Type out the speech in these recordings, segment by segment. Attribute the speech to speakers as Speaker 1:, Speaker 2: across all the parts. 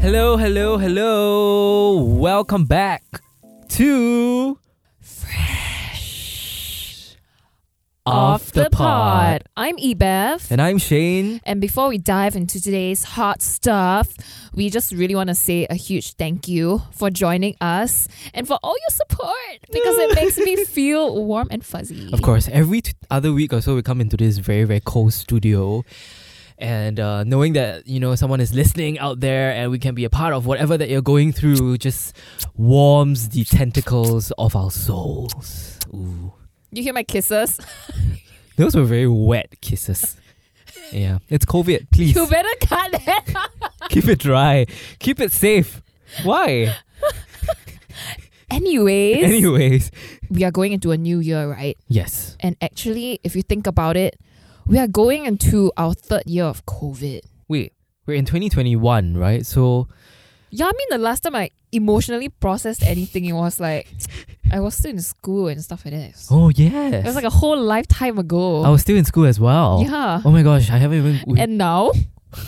Speaker 1: Hello, hello, hello. Welcome back to Fresh
Speaker 2: Off the Pod. I'm Ebev.
Speaker 1: And I'm Shane.
Speaker 2: And before we dive into today's hot stuff, we just really want to say a huge thank you for joining us and for all your support because it makes me feel warm and fuzzy.
Speaker 1: Of course, every t- other week or so, we come into this very, very cold studio. And uh, knowing that you know someone is listening out there, and we can be a part of whatever that you're going through, just warms the tentacles of our souls. Ooh,
Speaker 2: You hear my kisses?
Speaker 1: those were very wet kisses. yeah, it's COVID. Please
Speaker 2: You better cut that.
Speaker 1: keep it dry, keep it safe. Why?
Speaker 2: Anyways,
Speaker 1: Anyways,
Speaker 2: we are going into a new year, right?
Speaker 1: yes,
Speaker 2: And actually, if you think about it, we are going into our third year of COVID.
Speaker 1: wait, we're in 2021, right? So
Speaker 2: Yeah, I mean, the last time I emotionally processed anything, it was like I was still in school and stuff like that.
Speaker 1: oh yes,
Speaker 2: It was like a whole lifetime ago.
Speaker 1: I was still in school as well.
Speaker 2: yeah.
Speaker 1: Oh my gosh, I haven't even. We,
Speaker 2: And now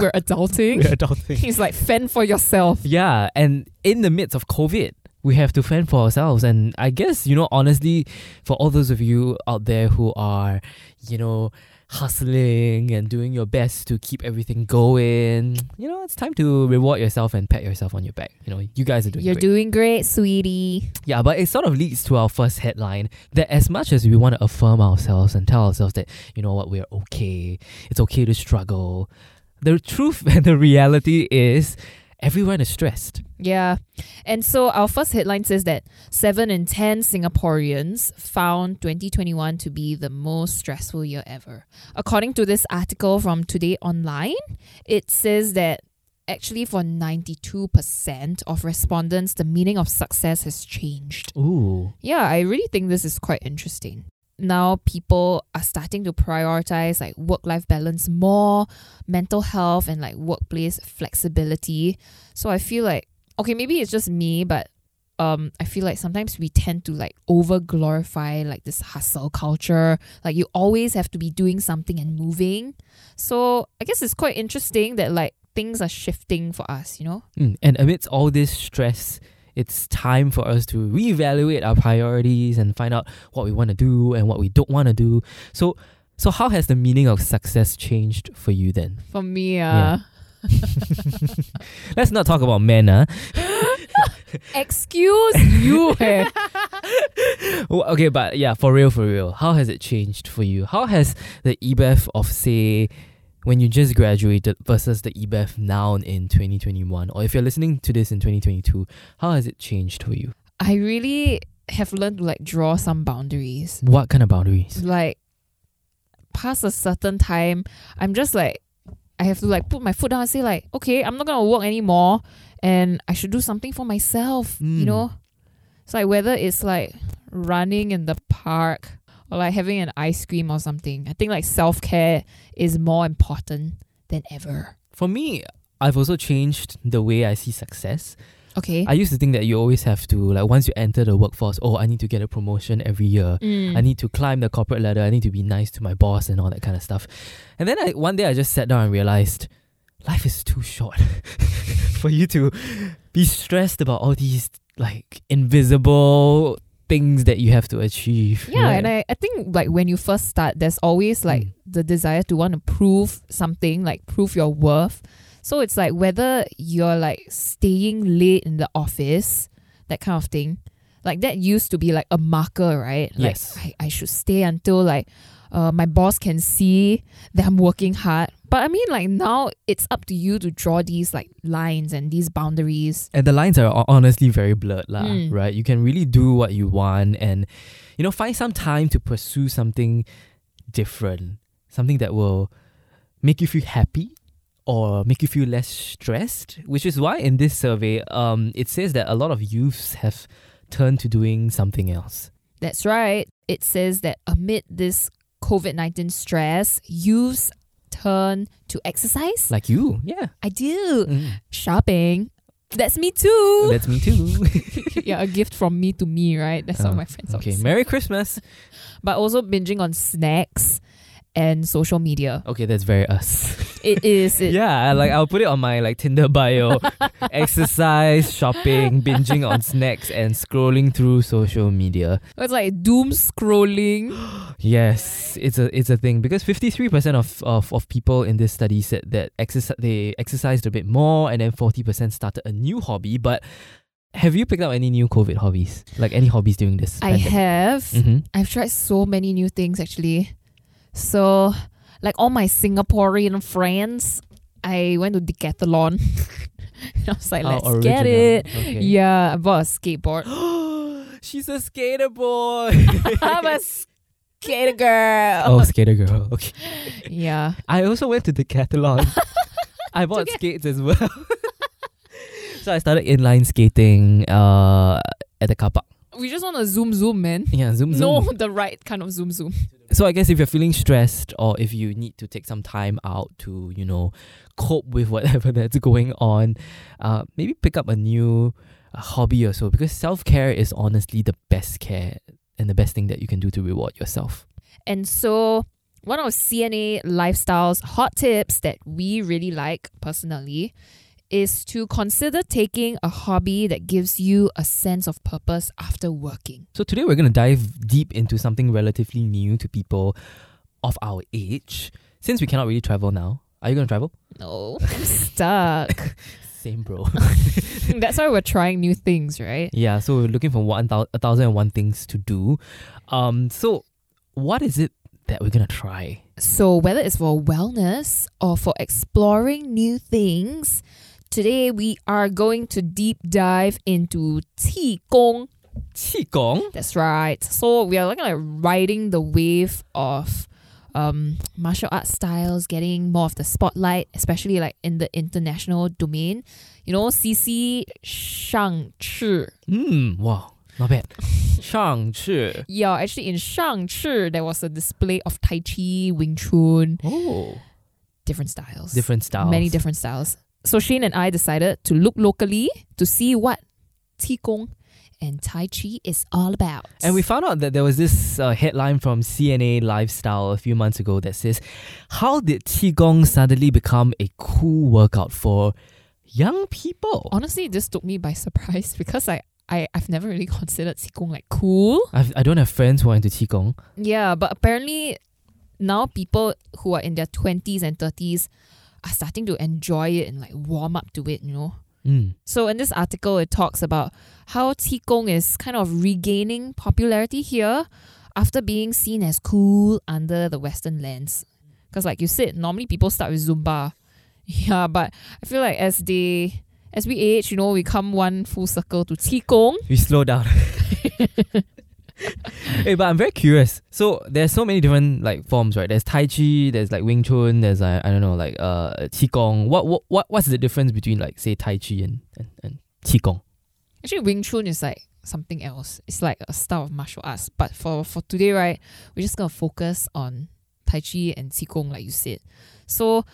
Speaker 2: we're adulting.
Speaker 1: we're adulting.
Speaker 2: He's like, fend for yourself.
Speaker 1: yeah, and in the midst of COVID, we have to fend for ourselves. And I guess, you know, honestly, for all those of you out there who are, you know, hustling and doing your best to keep everything going, you know, it's time to reward yourself and pat yourself on your back. You know, you guys are doing
Speaker 2: You're
Speaker 1: great.
Speaker 2: doing great, sweetie.
Speaker 1: Yeah, but it sort of leads to our first headline that as much as we want to affirm ourselves and tell ourselves that, you know what, we're okay, it's okay to struggle, the truth and the reality is everyone is stressed.
Speaker 2: Yeah. And so our first headline says that 7 in 10 Singaporeans found 2021 to be the most stressful year ever. According to this article from Today Online, it says that actually for 92% of respondents, the meaning of success has changed.
Speaker 1: Ooh.
Speaker 2: Yeah, I really think this is quite interesting. Now people are starting to prioritize like work life balance more, mental health and like workplace flexibility. So I feel like okay, maybe it's just me, but um I feel like sometimes we tend to like over glorify like this hustle culture. Like you always have to be doing something and moving. So I guess it's quite interesting that like things are shifting for us, you know?
Speaker 1: Mm, And amidst all this stress, it's time for us to reevaluate our priorities and find out what we want to do and what we don't want to do. So, so how has the meaning of success changed for you then?
Speaker 2: For me, uh
Speaker 1: Yeah. Let's not talk about men, huh?
Speaker 2: excuse you eh.
Speaker 1: Well, Oh, okay, but yeah, for real, for real, how has it changed for you? How has the EBF of say when you just graduated versus the EBF now in 2021, or if you're listening to this in 2022, how has it changed for you?
Speaker 2: I really have learned to like draw some boundaries.
Speaker 1: What kind of boundaries?
Speaker 2: Like past a certain time, I'm just like I have to like put my foot down and say like, okay, I'm not gonna work anymore and I should do something for myself,
Speaker 1: Mm.
Speaker 2: you know? So like whether it's like running in the park or like having an ice cream or something, I think like self care is more important than ever.
Speaker 1: For me, I've also changed the way I see success.
Speaker 2: Okay.
Speaker 1: I used to think that you always have to like once you enter the workforce, oh, I need to get a promotion every year.
Speaker 2: Mm.
Speaker 1: I need to climb the corporate ladder. I need to be nice to my boss and all that kind of stuff. And then I, one day I just sat down and realized life is too short for you to be stressed about all these like invisible things that you have to achieve.
Speaker 2: Yeah, and I, I think like when you first start, there's always like
Speaker 1: Mm.
Speaker 2: the desire to want to prove something, like prove your worth. So it's like whether you're like staying late in the office, that kind of thing. Like that used to be like a marker, right? Like
Speaker 1: Yes.
Speaker 2: I, I should stay until like uh, my boss can see that I'm working hard. But I mean like now it's up to you to draw these like lines and these boundaries.
Speaker 1: and the lines are ho- honestly very blurred lah,
Speaker 2: Mm.
Speaker 1: right? You can really do what you want and you know find some time to pursue something different, something that will make you feel happy or make you feel less stressed, which is why in this survey um it says that a lot of youths have turned to doing something else.
Speaker 2: That's right. It says that amid this COVID 19 stress, youths turn to exercise.
Speaker 1: Like you. Yeah.
Speaker 2: I do.
Speaker 1: Mm.
Speaker 2: Shopping. That's me too.
Speaker 1: That's me too.
Speaker 2: yeah, a gift from me to me, right? That's
Speaker 1: Uh,
Speaker 2: what my friends
Speaker 1: okay,
Speaker 2: always say.
Speaker 1: Merry Christmas.
Speaker 2: But also binging on snacks and social media.
Speaker 1: Okay, that's very us.
Speaker 2: It is. It,
Speaker 1: yeah, like I'll put it on my like Tinder bio. Exercise, shopping, binging on snacks, and scrolling through social media.
Speaker 2: It's like doom scrolling.
Speaker 1: Yes, it's a it's a thing because fifty three percent of, of of people in this study said that exercise they exercised a bit more, and then forty percent started a new hobby. But have you picked up any new COVID hobbies? Like any hobbies during this?
Speaker 2: I have.
Speaker 1: hmm
Speaker 2: I've tried so many new things actually. So, like all my Singaporean friends, I went to Decathlon. and I was like, let's get it. Yeah, I bought a skateboard.
Speaker 1: She's a skater boy.
Speaker 2: I'm a skater girl.
Speaker 1: oh, skater girl. Okay.
Speaker 2: Yeah.
Speaker 1: I also went to Decathlon. I bought
Speaker 2: Okay.
Speaker 1: skates as well. so I started inline skating uh, at the car park.
Speaker 2: We just want to zoom zoom, man.
Speaker 1: Yeah, zoom zoom.
Speaker 2: No, the right kind of zoom zoom.
Speaker 1: So I guess if you're feeling stressed or if you need to take some time out to, you know, cope with whatever that's going on, uh, maybe pick up a new uh, hobby or so because self-care is honestly the best care and the best thing that you can do to reward yourself.
Speaker 2: And so, one of CNA Lifestyle's hot tips that we really like personally is to consider taking a hobby that gives you a sense of purpose after working.
Speaker 1: So today we're going to dive deep into something relatively new to people of our age since we cannot really travel now. Are you going to travel?
Speaker 2: No, I'm stuck.
Speaker 1: Same bro.
Speaker 2: That's why we're trying new things, right?
Speaker 1: Yeah, so we're looking for one thou- a thousand and one things to do. Um, so what is it that we're gonna try?
Speaker 2: So, whether it's for wellness or for exploring new things, today we are going to deep dive into Qi Gong.
Speaker 1: Qigong.
Speaker 2: That's right. So we are looking at riding the wave of um, martial arts styles, getting more of the spotlight, especially like in the international domain. You know, CC Shang Chi.
Speaker 1: Hmm. Wow. Not bad. Shang Chi.
Speaker 2: Yeah, actually in Shang Chi there was a display of Tai Chi, Wing Chun,
Speaker 1: Oh.
Speaker 2: different styles.
Speaker 1: Different styles.
Speaker 2: Many different styles. So Shane and I decided to look locally to see what Qigong and Tai Chi is all about.
Speaker 1: And we found out that there was this uh, headline from CNA Lifestyle a few months ago that says, "How did Qigong suddenly become a cool workout for young people?"
Speaker 2: honestly this took me by surprise because I, I I've never really considered Qigong like cool.
Speaker 1: I've, I don't have friends who are into Qigong.
Speaker 2: Yeah, but apparently now people who are in their twenties and thirties are starting to enjoy it and like warm up to it, you know.
Speaker 1: Mm.
Speaker 2: So in this article it talks about how Qigong is kind of regaining popularity here after being seen as cool under the Western lens. Because like you said, normally people start with Zumba. Yeah, but I feel like as they as we age, you know, we come one full circle to Qigong.
Speaker 1: We slow down. hey, but I'm very curious. So there's so many different like forms, right? There's Tai Chi, there's like Wing Chun, there's like, I don't know, like uh Qigong. What what what what's the difference between like say Tai Chi and and, and Qigong?
Speaker 2: Actually, Wing Chun is like something else. It's like a style of martial arts. But for, for today, right, we're just going to focus on Tai Chi and Qigong, like you said. So,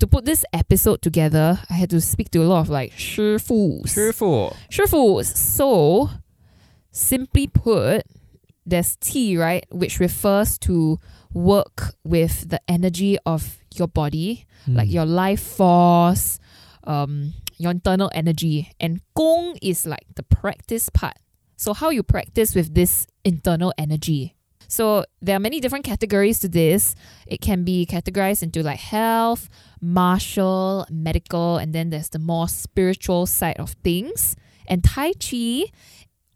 Speaker 2: to put this episode together, I had to speak to a lot of like Shifus.
Speaker 1: Cheerful.
Speaker 2: Shifus. So, simply put, there's T, right, which refers to work with the energy of your body like
Speaker 1: Hmm.
Speaker 2: your life force, um, your internal energy. And Gong is like the practice part. So, how you practice with this internal energy. So, there are many different categories to this. It can be categorized into like health, martial, medical, and then there's the more spiritual side of things. And Tai Chi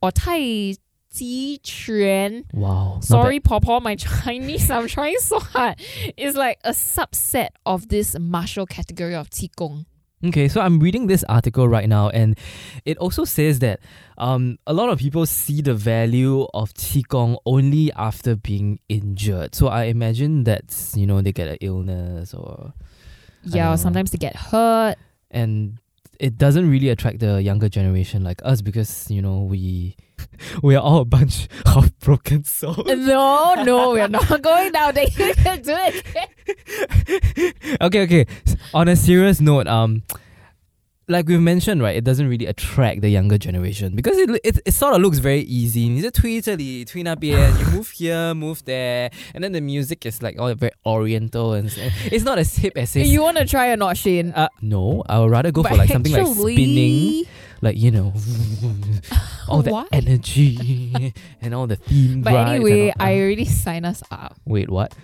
Speaker 2: or Tai Chi Quan
Speaker 1: Wow. not
Speaker 2: Sorry, Pawpaw, my Chinese, I'm trying so hard. It's like a subset of this martial category of Qigong.
Speaker 1: bad. Okay, so I'm reading this article right now and it also says that um a lot of people see the value of Qigong only after being injured. So I imagine that's you know, they get an illness or
Speaker 2: Yeah,
Speaker 1: know.
Speaker 2: or sometimes they get hurt.
Speaker 1: and it doesn't really attract the younger generation like us because you know we we are all a bunch of broken souls.
Speaker 2: No, no, we're not going down there. You can do it.
Speaker 1: okay, okay. S- On a serious note, um, like we've mentioned, right, it doesn't really attract the younger generation because it it, it sort of looks very easy. 你在推这里，推那边，you move here, move there, and then the music is like all very oriental and s- it's not as hip as it's.
Speaker 2: you want to try or not, Shane?
Speaker 1: uh, no, I would rather go for like something like spinning, like you know, all that
Speaker 2: Why?
Speaker 1: energy and all the theme.
Speaker 2: But
Speaker 1: rides and
Speaker 2: anyway,
Speaker 1: all-
Speaker 2: I already sign us up.
Speaker 1: wait. What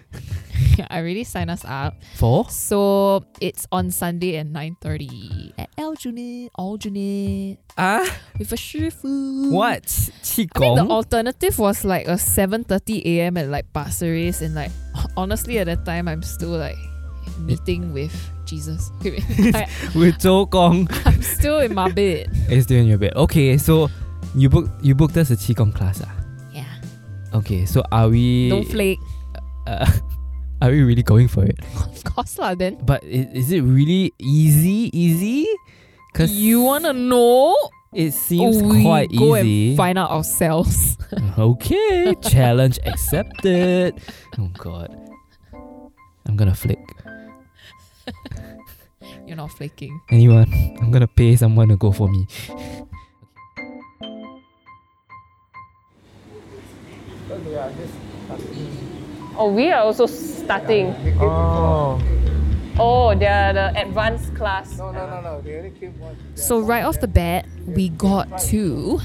Speaker 2: I already sign us up.
Speaker 1: for?
Speaker 2: So it's on Sunday at 9.30 at L Junit, All Junit,
Speaker 1: Ah,
Speaker 2: with a shifu.
Speaker 1: what?
Speaker 2: I think the
Speaker 1: Qigong.
Speaker 2: alternative was like a 7.30 a.m. at like Pasir Ris and like honestly at that time I'm still like meeting with Jesus. I,
Speaker 1: with Zhou Gong.
Speaker 2: I'm still in my bed.
Speaker 1: It's doing your bit. Okay, so you book you booked us a qigong class, ah.
Speaker 2: Yeah.
Speaker 1: Okay, so are we?
Speaker 2: Don't flake.
Speaker 1: Uh, are we really going for it?
Speaker 2: Of course lah then.
Speaker 1: But is, is it really easy? Easy? Cause
Speaker 2: You wanna know?
Speaker 1: it seems
Speaker 2: we
Speaker 1: quite
Speaker 2: go
Speaker 1: easy.
Speaker 2: and find out ourselves.
Speaker 1: okay, challenge accepted. Oh god, I'm gonna flick
Speaker 2: You're not flaking.
Speaker 1: anyone. I'm gonna pay someone to go for me.
Speaker 3: Oh, we are also starting.
Speaker 4: Oh.
Speaker 3: Oh, they are the advanced class.
Speaker 4: No, no, no, no. They only keep one.
Speaker 2: So right off the bat, we got to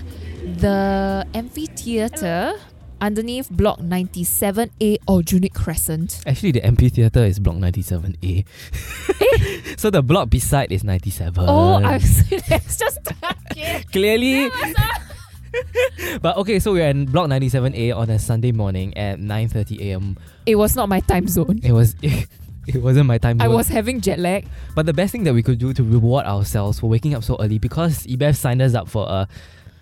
Speaker 2: the amphitheater underneath block 97A Aljunied Crescent.
Speaker 1: Actually, the MP theater is block
Speaker 2: Eh?
Speaker 1: 97A. so the block beside is 97.
Speaker 2: Oh, I've seen it's just okay.
Speaker 1: clearly. but okay, so we're in block 97A on a Sunday morning at 9:30 a.m.
Speaker 2: It was not my time zone.
Speaker 1: It was it wasn't my time.
Speaker 2: I
Speaker 1: zone.
Speaker 2: was having jet lag.
Speaker 1: But the best thing that we could do to reward ourselves for waking up so early because Ibev signed us up for a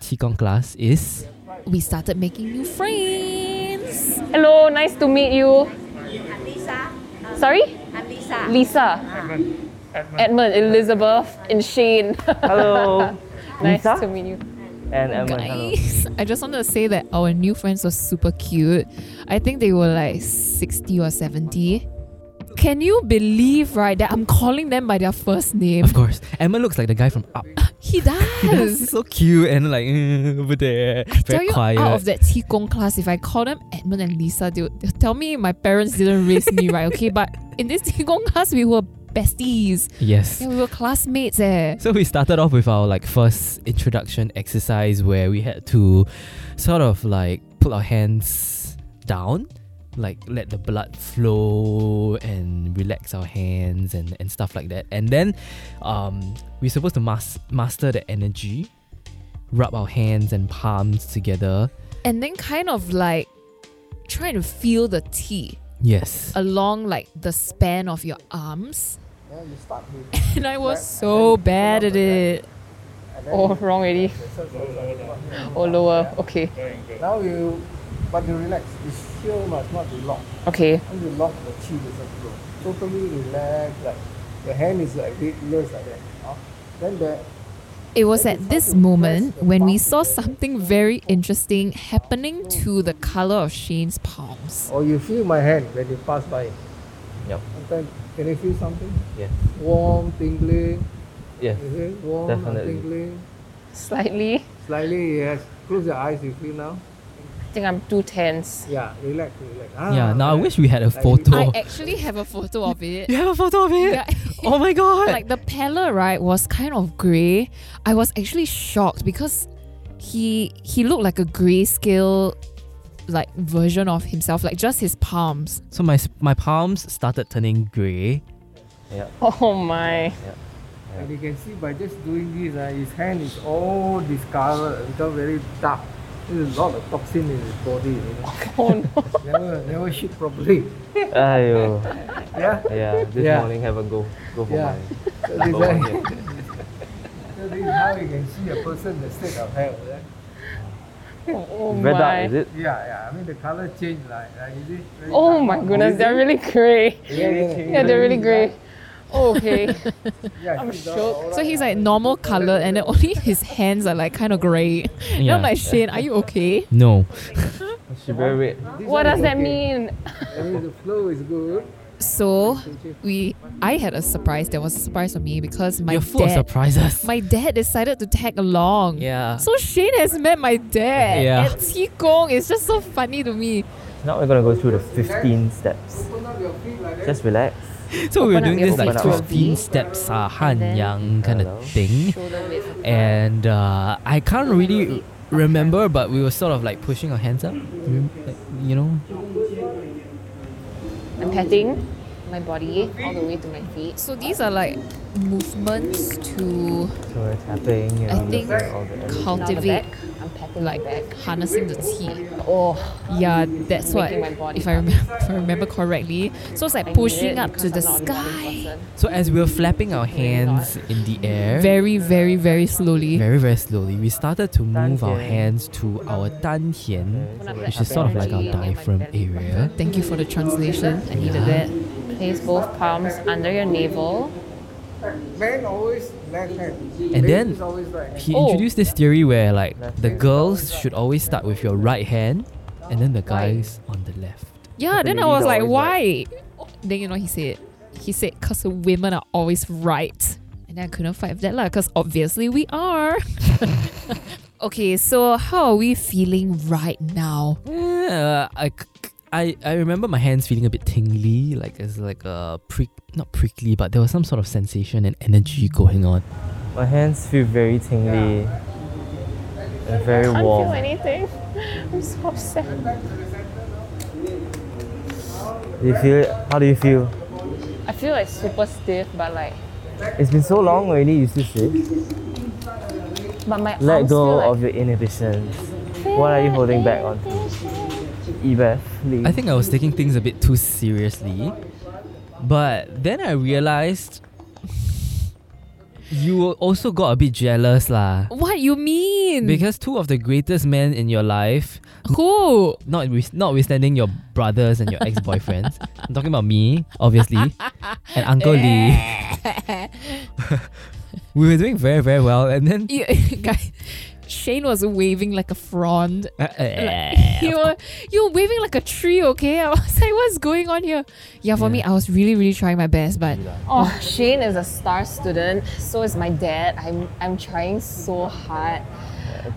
Speaker 1: qigong class is
Speaker 2: We started making new friends.
Speaker 3: Hello, nice to meet you.
Speaker 5: I'm Lisa.
Speaker 2: Um,
Speaker 3: Sorry?
Speaker 5: I'm Lisa.
Speaker 3: Lisa,
Speaker 4: Edmund. Edmund.
Speaker 3: Edmund, Elizabeth, and Shane.
Speaker 4: Hello.
Speaker 3: nice
Speaker 4: Lisa?
Speaker 3: to meet you.
Speaker 4: and Edmund. Hello.
Speaker 2: Guys, I just wanted to say that our new friends were super cute. I think they were like 60 or 70. Can you believe, right, that I'm calling them by their first name?
Speaker 1: of course Emma looks like the guy from Up.
Speaker 2: He does.
Speaker 1: so cute and like eh, over there,
Speaker 2: tell
Speaker 1: very
Speaker 2: you,
Speaker 1: quiet.
Speaker 2: out of that Qigong class, if I call them Edmund and Lisa, they'll, they'll tell me my parents didn't raise me right, okay? But in this Qigong class, we were besties.
Speaker 1: yes.
Speaker 2: Yeah, we were classmates, eh.
Speaker 1: So we started off with our like first introduction exercise where we had to sort of like put our hands down, like let the blood flow and relax our hands and, and stuff like that. And then um, we're supposed to mas- master the energy, rub our hands and palms together.
Speaker 2: And then kind of like trying to feel the tea
Speaker 1: Yes.
Speaker 2: along like the span of your arms.
Speaker 4: Yeah, you start with.
Speaker 2: And I was so bad at it.
Speaker 3: Oh, wrong already. Oh, lower. Okay.
Speaker 4: Now you, but you relax. You still must not be locked.
Speaker 3: Okay.
Speaker 4: When you lock, the chi doesn't flow. Totally relax. Like the hand is like weightless like that. Huh? Then the
Speaker 2: It was at this moment when we saw something very interesting happening to the color of Shane's palms.
Speaker 4: or you feel my hand when you pass by.
Speaker 6: Yep.
Speaker 4: Sometimes can you feel something?
Speaker 6: Yes.
Speaker 4: Warm, tingling.
Speaker 6: Yes.
Speaker 4: Is it warm
Speaker 6: Definitely.
Speaker 4: and tingling?
Speaker 3: Slightly.
Speaker 4: Slightly, yes. Close your eyes. You feel now?
Speaker 3: I think I'm too tense.
Speaker 4: Yeah. Relax. Relax. Ah,
Speaker 1: yeah, now I
Speaker 4: relax.
Speaker 1: wish we had a
Speaker 4: Like-
Speaker 1: photo.
Speaker 2: I actually have a photo of it.
Speaker 1: you have a photo of it?
Speaker 2: Yeah.
Speaker 1: Oh my god.
Speaker 2: like the pallor, right, was kind of grey. I was actually shocked because he he looked like a grayscale like version of himself, like just his palms.
Speaker 1: so my s- my palms started turning grey.
Speaker 3: Oh my.
Speaker 4: And you can see by just doing this, uh, his hand is all discolored, become very dark. There's a lot of toxin in his body. You know.
Speaker 3: Oh no.
Speaker 4: never, never shit properly.
Speaker 6: Ayo.
Speaker 4: Yeah.
Speaker 6: Yeah. This
Speaker 4: Yeah.
Speaker 6: morning have a go. Go for
Speaker 4: Yeah.
Speaker 6: my.
Speaker 3: Oh,
Speaker 4: So this,
Speaker 6: Go for
Speaker 4: uh,
Speaker 6: my-
Speaker 4: so this is how you can see a person the state of health. Yeah,
Speaker 3: Oh
Speaker 6: Red
Speaker 3: my.
Speaker 6: dot is it?
Speaker 4: yeah. yeah. I mean the color change, like, like is it? very
Speaker 3: Oh
Speaker 4: dark.
Speaker 3: my goodness, they're really grey.
Speaker 4: Yeah, yeah,
Speaker 3: Yeah, they're really grey. Oh, okay.
Speaker 4: Yeah,
Speaker 3: I'm
Speaker 4: it's dark,
Speaker 3: shocked.
Speaker 4: all
Speaker 2: So he's like normal color, and then only his hands are like kind of grey. And I'm
Speaker 1: Yeah.
Speaker 2: like, Shane, are you okay?
Speaker 1: No.
Speaker 6: She very red.
Speaker 4: right. This
Speaker 3: What
Speaker 4: one
Speaker 3: does
Speaker 4: is
Speaker 3: that
Speaker 4: okay.
Speaker 3: mean?
Speaker 4: That means the flow is good.
Speaker 2: So we I had a surprise. There was a surprise for me because my
Speaker 1: You're full of
Speaker 2: dad
Speaker 1: surprises.
Speaker 2: my dad decided to tag along.
Speaker 1: yeah.
Speaker 2: So Shane has met my dad
Speaker 1: Yeah.
Speaker 2: at Qigong. It's just so funny to me.
Speaker 6: Now we're gonna go through the 15 steps. Just relax.
Speaker 1: So we were
Speaker 3: Open up
Speaker 1: doing
Speaker 3: your
Speaker 1: this like
Speaker 6: feet to a
Speaker 1: 15
Speaker 3: V.
Speaker 1: steps uh, Han
Speaker 3: then-
Speaker 1: Yang kind
Speaker 6: Hello.
Speaker 1: of thing. And uh, I can't really remember, but we were sort of like pushing our hands up. Rem- like, You know?
Speaker 3: I'm patting my body all the way to my feet.
Speaker 2: So these are like movements to
Speaker 6: So we're tapping and
Speaker 2: I think
Speaker 6: looking at all the energy.
Speaker 3: Now the
Speaker 2: cultivate
Speaker 3: back. I'm patting
Speaker 2: like
Speaker 3: my back.
Speaker 2: harnessing the tea.
Speaker 3: Oh,
Speaker 2: Yeah, that's what
Speaker 3: Making my body
Speaker 2: if I remember if I remember correctly. So it's
Speaker 3: I
Speaker 2: like
Speaker 3: need
Speaker 2: pushing
Speaker 3: it
Speaker 2: up to the
Speaker 3: because I'm not a morning
Speaker 2: sky.
Speaker 3: person.
Speaker 1: So as we were flapping our hands in the air,
Speaker 2: Very, very, very slowly.
Speaker 1: very, very slowly, we started to move our
Speaker 6: Dantian.
Speaker 1: hands to our Tan Hien,
Speaker 6: Okay, so we're
Speaker 1: which is sort of like our diaphragm area.
Speaker 2: Thank you for the translation. I needed
Speaker 1: Yeah.
Speaker 2: that.
Speaker 3: Place both palms under your navel.
Speaker 4: Men always left hand.
Speaker 1: And then
Speaker 4: Ladies always right hand.
Speaker 1: He
Speaker 2: Oh.
Speaker 1: introduced this theory where like the girls should always start with your right hand and then the guys on the left.
Speaker 2: Yeah,
Speaker 6: But
Speaker 2: then I
Speaker 6: ladies
Speaker 2: was
Speaker 6: are
Speaker 2: like, why?
Speaker 6: always
Speaker 2: Then you know what he said? He said, because women are always right. And then I couldn't fight with that, because obviously we are. okay, so how are we feeling right now?
Speaker 1: Yeah, I, c- I, I remember my hands feeling a bit tingly, like it's like a prick, not prickly, but there was some sort of sensation and energy going on.
Speaker 6: My hands feel very tingly and very
Speaker 3: I can't feel
Speaker 6: warm.
Speaker 3: anything. I'm so upset.
Speaker 6: Do you feel it? How do you feel?
Speaker 3: I feel like super stiff, but like,
Speaker 6: It's been so long already, you still sit.
Speaker 3: but my
Speaker 6: Let
Speaker 3: arms
Speaker 6: go
Speaker 3: feel
Speaker 6: of your inhibitions. What are you holding back on? Ebeth, please.
Speaker 1: I think I was taking things a bit too seriously, but then I realized you also got a bit jealous lah.
Speaker 2: What you mean?
Speaker 1: Because two of the greatest men in your life
Speaker 2: who?
Speaker 1: not with, notwithstanding your brothers and your ex boyfriends. I'm talking about me, obviously, and Uncle Lee. we were doing very very well, and then
Speaker 2: You, guy, Shane was waving like a frond. you
Speaker 1: Of
Speaker 2: were you were waving like a tree, okay? I was like, what's going on here? Yeah, for me, I was really, really trying my best, but
Speaker 3: Oh, Shane is a star student. So is my dad. I'm I'm trying so hard.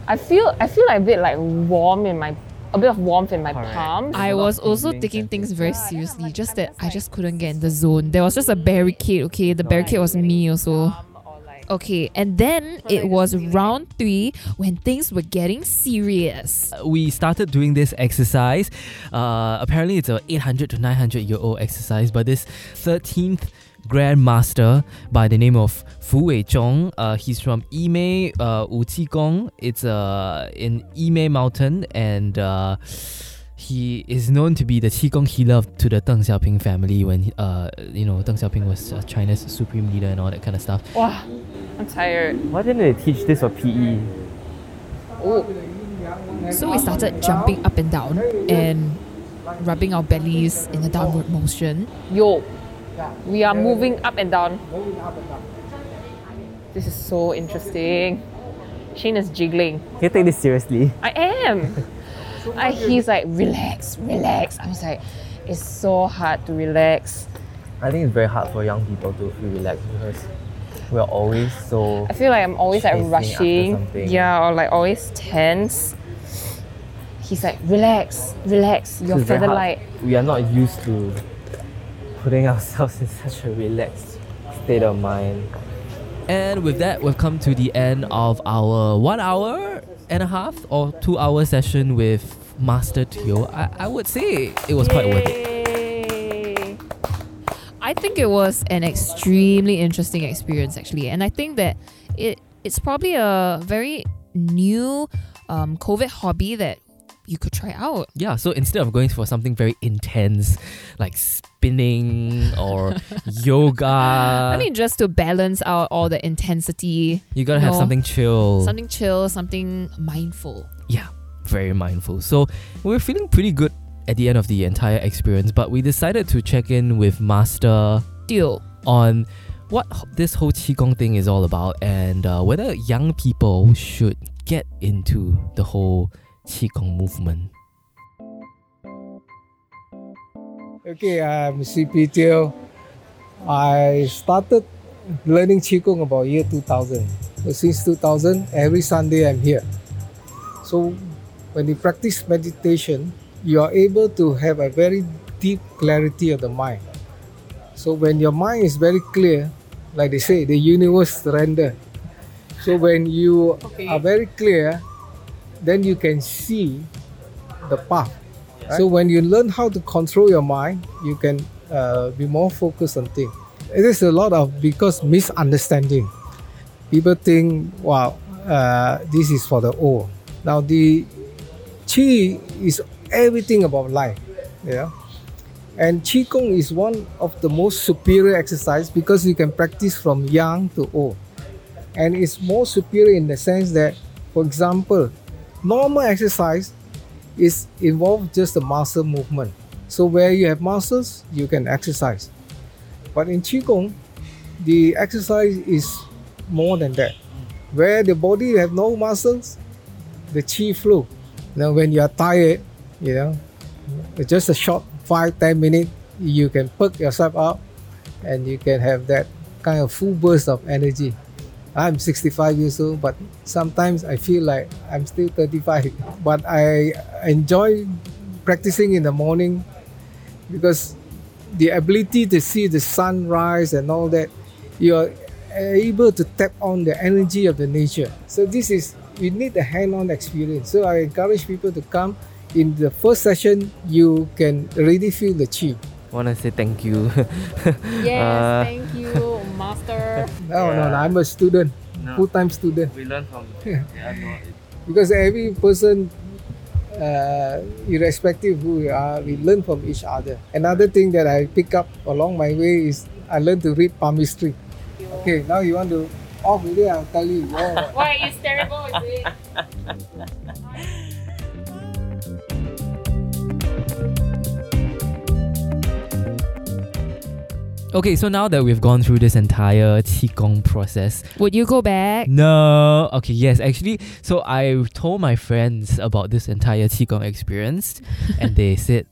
Speaker 3: I feel I feel like a bit like warm in my a bit of warmth in my
Speaker 6: Correct.
Speaker 3: palms.
Speaker 2: I
Speaker 6: a lot
Speaker 2: was
Speaker 6: of
Speaker 2: also
Speaker 6: tingling
Speaker 2: taking things very
Speaker 3: Yeah, then I'm
Speaker 2: seriously.
Speaker 3: like,
Speaker 2: just
Speaker 3: I'm
Speaker 2: that
Speaker 3: just
Speaker 2: I
Speaker 3: like-
Speaker 2: just couldn't get in the zone. There was just a barricade. Okay, the barricade was me also.
Speaker 3: Um, or like-
Speaker 2: Okay, and then it was round three when things were getting serious.
Speaker 1: we started doing this exercise. Uh, apparently, it's a 800 to 900 year old exercise, but this 13th grandmaster by the name of Fu Wei Chong, uh, he's from Yimei uh, Wuqigong. It's uh, in Yimei Mountain, and uh, he is known to be the Qigong healer to the Deng Xiaoping family when, uh, you know, Deng Xiaoping was uh, China's supreme leader and all that kind of stuff.
Speaker 3: Wah, I'm tired.
Speaker 6: Why didn't they teach this for E? PE?
Speaker 3: Oh,
Speaker 2: So we started jumping up and down and rubbing our bellies in a downward motion.
Speaker 3: yo,
Speaker 4: Yeah,
Speaker 3: we are moving up and down.
Speaker 4: moving up and down.
Speaker 3: This is so interesting. Shane is jiggling.
Speaker 6: Can you take this seriously?
Speaker 3: I am. I, he's like, relax, relax. I was like, it's so hard to relax.
Speaker 6: I think it's very hard for young people to feel relaxed because we're always so
Speaker 3: I feel like I'm always like
Speaker 6: Chasing after
Speaker 3: rushing.
Speaker 6: something.
Speaker 3: Yeah, or like always tense. He's like, relax, relax, your
Speaker 6: It's very
Speaker 3: feather
Speaker 6: hard.
Speaker 3: light.
Speaker 6: We are not used to putting ourselves in such a relaxed state of mind.
Speaker 1: And with that, we've come to the end of our one hour and a half or two hour session with Master Teo. I, I would say it was quite worth it.
Speaker 3: Yay.
Speaker 2: I think it was an extremely interesting experience actually, and I think that it it's probably a very new um, COVID hobby that you could try out.
Speaker 1: Yeah, so instead of going for something very intense like spinning or yoga, Uh.
Speaker 2: I mean, just to balance out all the intensity,
Speaker 1: you gotta have
Speaker 2: no.
Speaker 1: something chill.
Speaker 2: something chill, something mindful.
Speaker 1: yeah, very mindful. So we are feeling pretty good at the end of the entire experience, but we decided to check in with Master
Speaker 2: Deal.
Speaker 1: on what h- this whole qigong thing is all about and uh, whether young people should get into the whole qigong movement.
Speaker 4: Hey, Okay, I'm CP Teo. I started learning Qigong about year 2000. So since 2000, every Sunday I'm here. So when you practice meditation, you are able to have a very deep clarity of the mind. So when your mind is very clear, like they say, the universe surrender. So when you are very clear, then you can see the path. So when you learn how to control your mind, you can uh, be more focused on things. It is a lot of because misunderstanding. People think, wow, uh, this is for the old. Now the qi is everything about life, you know. And qigong is one of the most superior exercise because you can practice from young to old and it's more superior in the sense that, for example, normal exercise is involved just the muscle movement. So where you have muscles, you can exercise. But in qigong, the exercise is more than that. Where the body have no muscles, the qi flow. Now when you are tired, you know, it's just a short five ten minute, you can perk yourself up, and you can have that kind of full burst of energy. I'm 65 years old, but sometimes I feel like I'm still 35. But I enjoy practicing in the morning because the ability to see the sunrise and all that, you are able to tap on the energy of the nature. So this is you need a hand-on experience. So I encourage people to come. In the first session, you can really feel the chi.
Speaker 6: Want to say thank you.
Speaker 3: Yes,
Speaker 6: Uh,
Speaker 3: thank you, master.
Speaker 4: No, no, no,
Speaker 6: Yeah.
Speaker 4: I'm a student, full-time student.
Speaker 6: we learn from.
Speaker 4: Yeah.
Speaker 6: Yeah, no, it,
Speaker 4: because every person uh, irrespective who we are we learn from each other another thing that i pick up along my way is i learned to read palmistry okay now you want to off with it i'll tell you Oh,
Speaker 3: Why it's terrible, is it?
Speaker 1: Okay, so now that we've gone through this entire qigong process,
Speaker 2: Would you go back?
Speaker 1: Mm. no, okay, yes, actually, so I told my friends about this entire qigong experience, and they said,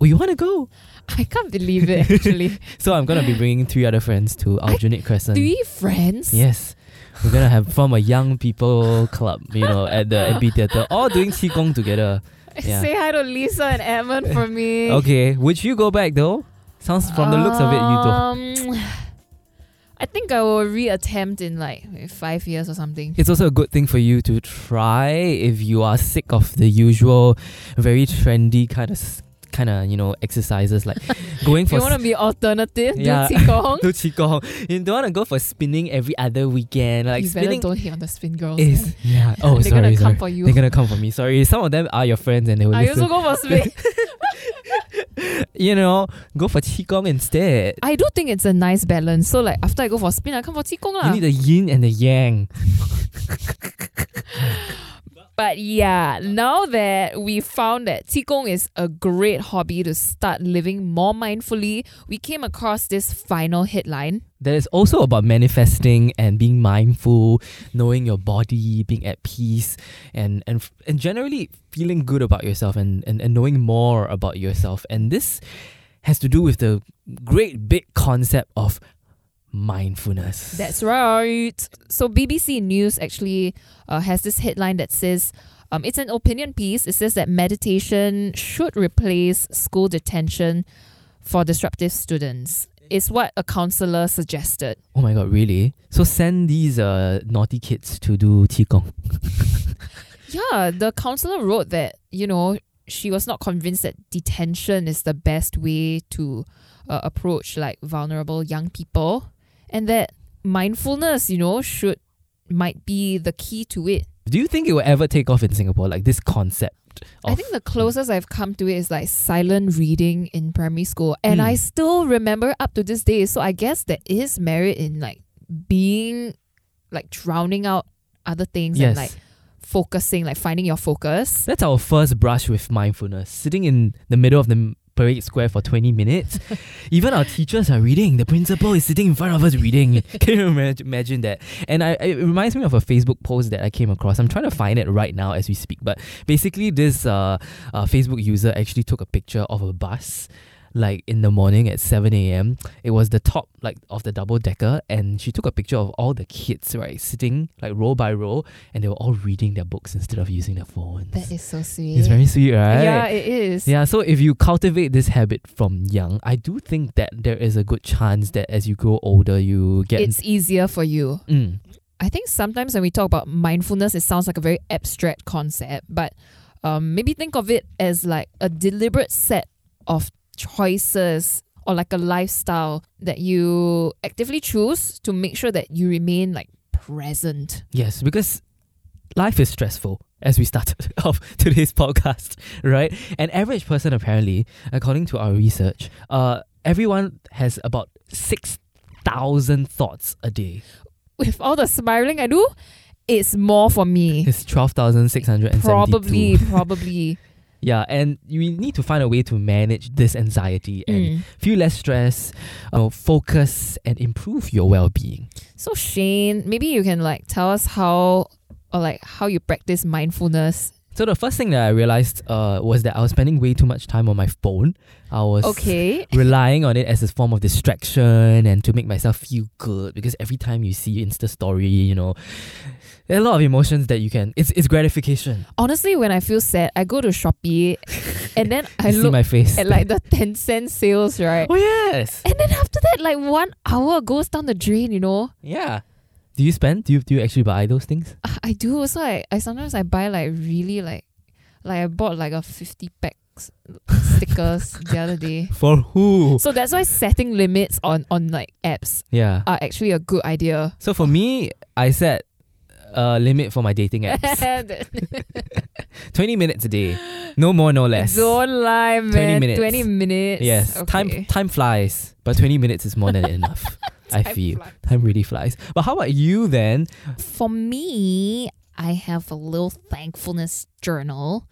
Speaker 1: "Oh, you want to go?"
Speaker 2: I can't believe it actually.
Speaker 1: So I'm gonna be bringing three other friends to Aljunied Crescent.
Speaker 2: Three friends?
Speaker 1: Yes. We're gonna have form a young people club, you know, at the MB Theatre, all doing qigong together. Yeah.
Speaker 2: Say hi to Lisa and Edmund for me.
Speaker 1: Okay, would you go back though? Sounds from the looks of it, you don't.
Speaker 2: Um, I think I will reattempt in like maybe five years or something.
Speaker 1: It's also a good thing for you to try if you are sick of the usual, very trendy kind of kind of you know exercises like going
Speaker 2: If
Speaker 1: for
Speaker 2: you want to be alternative,
Speaker 1: Yeah.
Speaker 2: do qigong.
Speaker 1: s- to qigong. You don't want to go for spinning every other weekend. Like
Speaker 2: you better
Speaker 1: spinning
Speaker 2: don't hit on the spin girls.
Speaker 1: is yeah. Oh,
Speaker 2: They're
Speaker 1: sorry, sorry.
Speaker 2: gonna come for you.
Speaker 1: They're gonna come for me. Sorry, some of them are your friends and they will
Speaker 2: I
Speaker 1: listen.
Speaker 2: also go for spin.
Speaker 1: you know, go for qigong instead.
Speaker 2: I do think it's a nice balance. So like after I go for spin, I come for qigong
Speaker 1: You
Speaker 2: lah.
Speaker 1: need the yin and the yang.
Speaker 2: But yeah, now that we found that Qigong is a great hobby to start living more mindfully, we came across this final headline.
Speaker 1: That is also about manifesting and being mindful, knowing your body, being at peace, and and and generally feeling good about yourself and, and, and knowing more about yourself. And this has to do with the great big concept of mindfulness.
Speaker 2: That's right. So BBC News actually uh, has this headline that says, um, it's an opinion piece. It says that meditation should replace school detention for disruptive students. It's what a counselor suggested.
Speaker 1: oh my god, really? So send these uh, naughty kids to do qigong.
Speaker 2: Yeah, the counselor wrote that, you know, she was not convinced that detention is the best way to uh, approach like vulnerable young people and that mindfulness, you know, should might be the key to it.
Speaker 1: Do you think it will ever take off in Singapore? Like this concept? Of,
Speaker 2: I think the closest I've come to it is like silent reading in primary school and
Speaker 1: Mm.
Speaker 2: I still remember up to this day. So I guess that is merit in like being like drowning out other things
Speaker 1: yes.
Speaker 2: and like focusing, like finding your focus.
Speaker 1: That's our first brush with mindfulness. Sitting in the middle of the m- parade square for 20 minutes. Even our teachers are reading. The principal is sitting in front of us reading. Can you ima- imagine that? And I, it reminds me of a Facebook post that I came across. I'm trying to find it right now as we speak. But basically, this uh, uh, Facebook user actually took a picture of a bus. like in the morning at 7 a.m. It was the top like of the double decker and she took a picture of all the kids, right, sitting like row by row and they were all reading their books instead of using their phones.
Speaker 2: That is so sweet.
Speaker 1: it's very sweet, right?
Speaker 2: Yeah, it is.
Speaker 1: Yeah, so if you cultivate this habit from young, I do think that there is a good chance that as you grow older, you get.
Speaker 2: It's easier for you.
Speaker 1: Mm,
Speaker 2: I think sometimes when we talk about mindfulness, it sounds like a very abstract concept, but um, maybe think of it as like a deliberate set of choices or like a lifestyle that you actively choose to make sure that you remain like present.
Speaker 1: yes, because life is stressful, as we started off today's podcast, right? An average person, apparently, according to our research, uh, everyone has about 6,000 thoughts a day.
Speaker 2: With all the smiling I do, it's more for me.
Speaker 1: It's 12,672.
Speaker 2: Probably, probably.
Speaker 1: Yeah, and you need to find a way to manage this anxiety and
Speaker 2: Mm.
Speaker 1: feel less stress, uh, focus, and improve your well-being.
Speaker 2: So Shane, maybe you can like tell us how or like how you practice mindfulness.
Speaker 1: So the first thing that I realized uh, was that I was spending way too much time on my phone. I was
Speaker 2: Okay.
Speaker 1: relying on it as a form of distraction and to make myself feel good because every time you see Insta story, you know, there are a lot of emotions that you can. It's it's gratification.
Speaker 2: Honestly, when I feel sad, I go to Shopee and then I
Speaker 1: you see
Speaker 2: look
Speaker 1: my face.
Speaker 2: at like the 10 cent sales, right?
Speaker 1: oh yes,
Speaker 2: And then after that, like one hour goes down the drain, you know?
Speaker 1: yeah. Do you spend? Do you do you actually buy those things?
Speaker 2: I- I do. So I, I sometimes I buy like really like, like I bought like a 50 pack s- stickers the other day.
Speaker 1: For who?
Speaker 2: So that's why setting limits on, on like apps
Speaker 1: Yeah.
Speaker 2: are actually a good idea.
Speaker 1: So for me, I set a limit for my dating apps. 20 minutes a day. No more, no less.
Speaker 2: Don't lie,
Speaker 1: 20
Speaker 2: man.
Speaker 1: minutes.
Speaker 2: 20 minutes.
Speaker 1: yes. Time
Speaker 2: Okay.
Speaker 1: time flies, but 20 minutes is more than enough. I
Speaker 2: Time
Speaker 1: feel.
Speaker 2: flies.
Speaker 1: Time really flies. But how about you then?
Speaker 2: For me, I have a little thankfulness journal.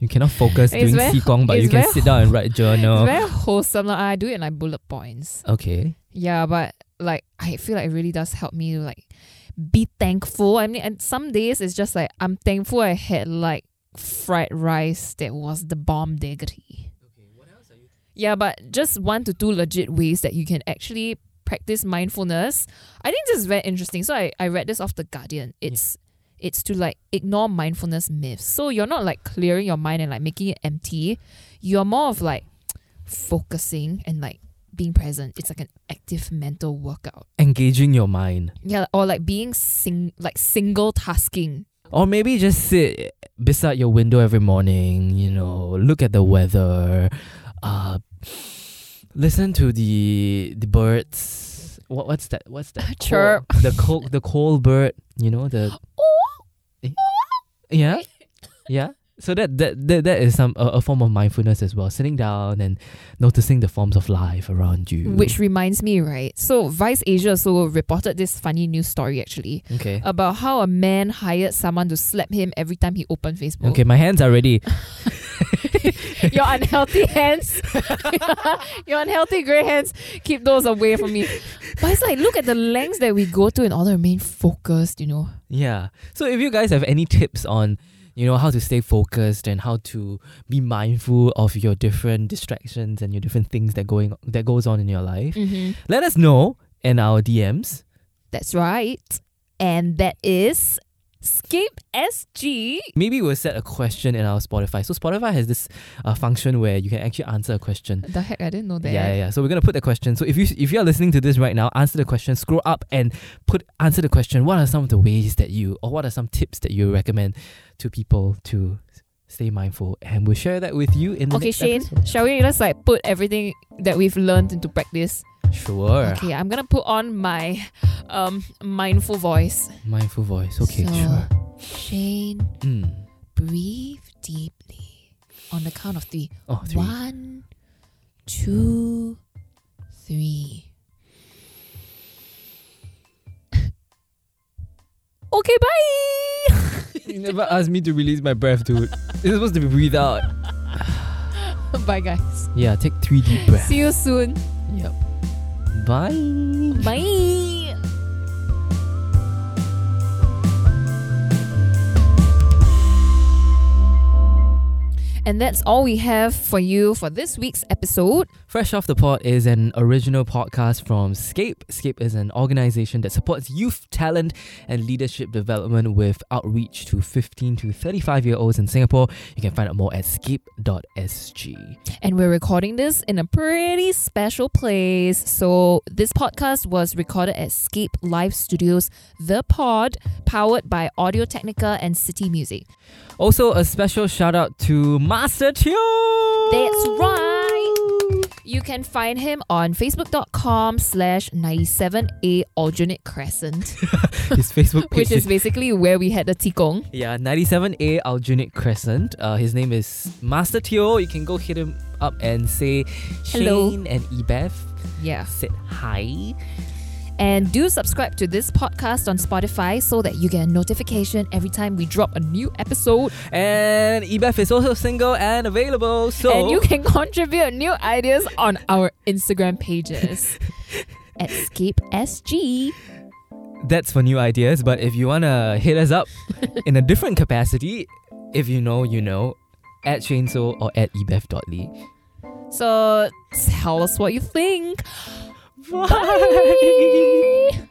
Speaker 1: You cannot focus
Speaker 2: It's
Speaker 1: doing
Speaker 2: very-
Speaker 1: Qigong, but
Speaker 2: it's
Speaker 1: you can
Speaker 2: very-
Speaker 1: sit down and write journal.
Speaker 2: It's very wholesome. lah. I do it in like bullet points.
Speaker 1: okay.
Speaker 2: Yeah, but like I feel like it really does help me to like be thankful. I mean, and some days it's just like I'm thankful I had like fried rice that was the bomb diggity. Yeah, but just one to two legit ways that you can actually practice mindfulness. I think this is very interesting. So I, I read this off The Guardian.
Speaker 1: Yeah.
Speaker 2: It's it's to like ignore mindfulness myths. So you're not like clearing your mind and like making it empty. You're more of like focusing and like being present. It's like an active mental workout.
Speaker 1: Engaging your mind.
Speaker 2: Yeah, or like being sing like single tasking.
Speaker 1: Or maybe just sit beside your window every morning, you know, look at the weather, uh, listen to the the birds. What, what's that? What's that? call?
Speaker 2: Chirp.
Speaker 1: The coal, the coal bird. You know the. Eh? Yeah, yeah. So that that that, that is some a, a form of mindfulness as well. Sitting down and noticing the forms of life around you.
Speaker 2: Which reminds me, right? So Vice Asia also reported this funny news story actually.
Speaker 1: okay.
Speaker 2: about how a man hired someone to slap him every time he opened Facebook.
Speaker 1: Okay, my hands are ready.
Speaker 2: Your unhealthy hands, your unhealthy grey hands, keep those away from me. But it's like, look at the lengths that we go to in order to remain focused, you know.
Speaker 1: Yeah. So if you guys have any tips on, you know, how to stay focused and how to be mindful of your different distractions and your different things that going that goes on in your life,
Speaker 2: Mm-hmm.
Speaker 1: let us know in our DMs.
Speaker 2: That's right. And that is Scape SG.
Speaker 1: Maybe we'll set a question in our Spotify. So Spotify has this uh, function where you can actually answer a question.
Speaker 2: The heck, I didn't know that.
Speaker 1: Yeah, yeah, yeah. So we're gonna put the question. So if you if you are listening to this right now, answer the question. Scroll up and put answer the question. What are some of the ways that you or what are some tips that you recommend to people to s- stay mindful? And we'll share that with you in the
Speaker 2: Okay,
Speaker 1: next
Speaker 2: Shane,
Speaker 1: episode.
Speaker 2: shall we just like put everything that we've learned into practice?
Speaker 1: Sure.
Speaker 2: Okay, I'm gonna put on my um mindful voice.
Speaker 1: Mindful voice. Okay,
Speaker 2: So-
Speaker 1: sure.
Speaker 2: Shane.
Speaker 1: Mm.
Speaker 2: breathe deeply on the count of three.
Speaker 1: Oh, three.
Speaker 2: One, two, three. okay, bye.
Speaker 1: You never asked me to release my breath, dude. it's supposed to be breathe out.
Speaker 2: bye, guys.
Speaker 1: Yeah, take three deep breaths.
Speaker 2: See you soon.
Speaker 1: Yep. Bye.
Speaker 2: Bye. And And that's all we have for you for this week's episode.
Speaker 1: Fresh Off the Pot is an original podcast from Scape. Scape is an organization that supports youth talent and leadership development with outreach to 15 to 35 year olds in Singapore. You can find out more at scape.sg.
Speaker 2: And we're recording this in a pretty special place. So, this podcast was recorded at Scape Live Studios, The Pod, powered by Audio Technica and City Music.
Speaker 1: Also, a special shout out to Master Tune.
Speaker 2: That's right. You can find him on facebook.com slash 97A Alternate Crescent,
Speaker 1: His Facebook page
Speaker 2: which is basically where we had the Tikong.
Speaker 1: Yeah, 97A Aljunied Crescent. Uh, his name is Master Teo. You can go hit him up and say Shane
Speaker 2: Hello.
Speaker 1: and Ebeth
Speaker 2: Yeah.
Speaker 1: said hi.
Speaker 2: And do subscribe to this podcast on Spotify so that you get a notification every time we drop a new episode.
Speaker 1: And Ebeth is also single and available. So
Speaker 2: And you can contribute new ideas on our Instagram pages at Scape SG.
Speaker 1: that's for new ideas. But if you want to hit us up in a different capacity, if you know, you know, at Chainsaw or at Ebeth.ly.
Speaker 2: So tell us what you think.
Speaker 1: Bye.
Speaker 2: Bye.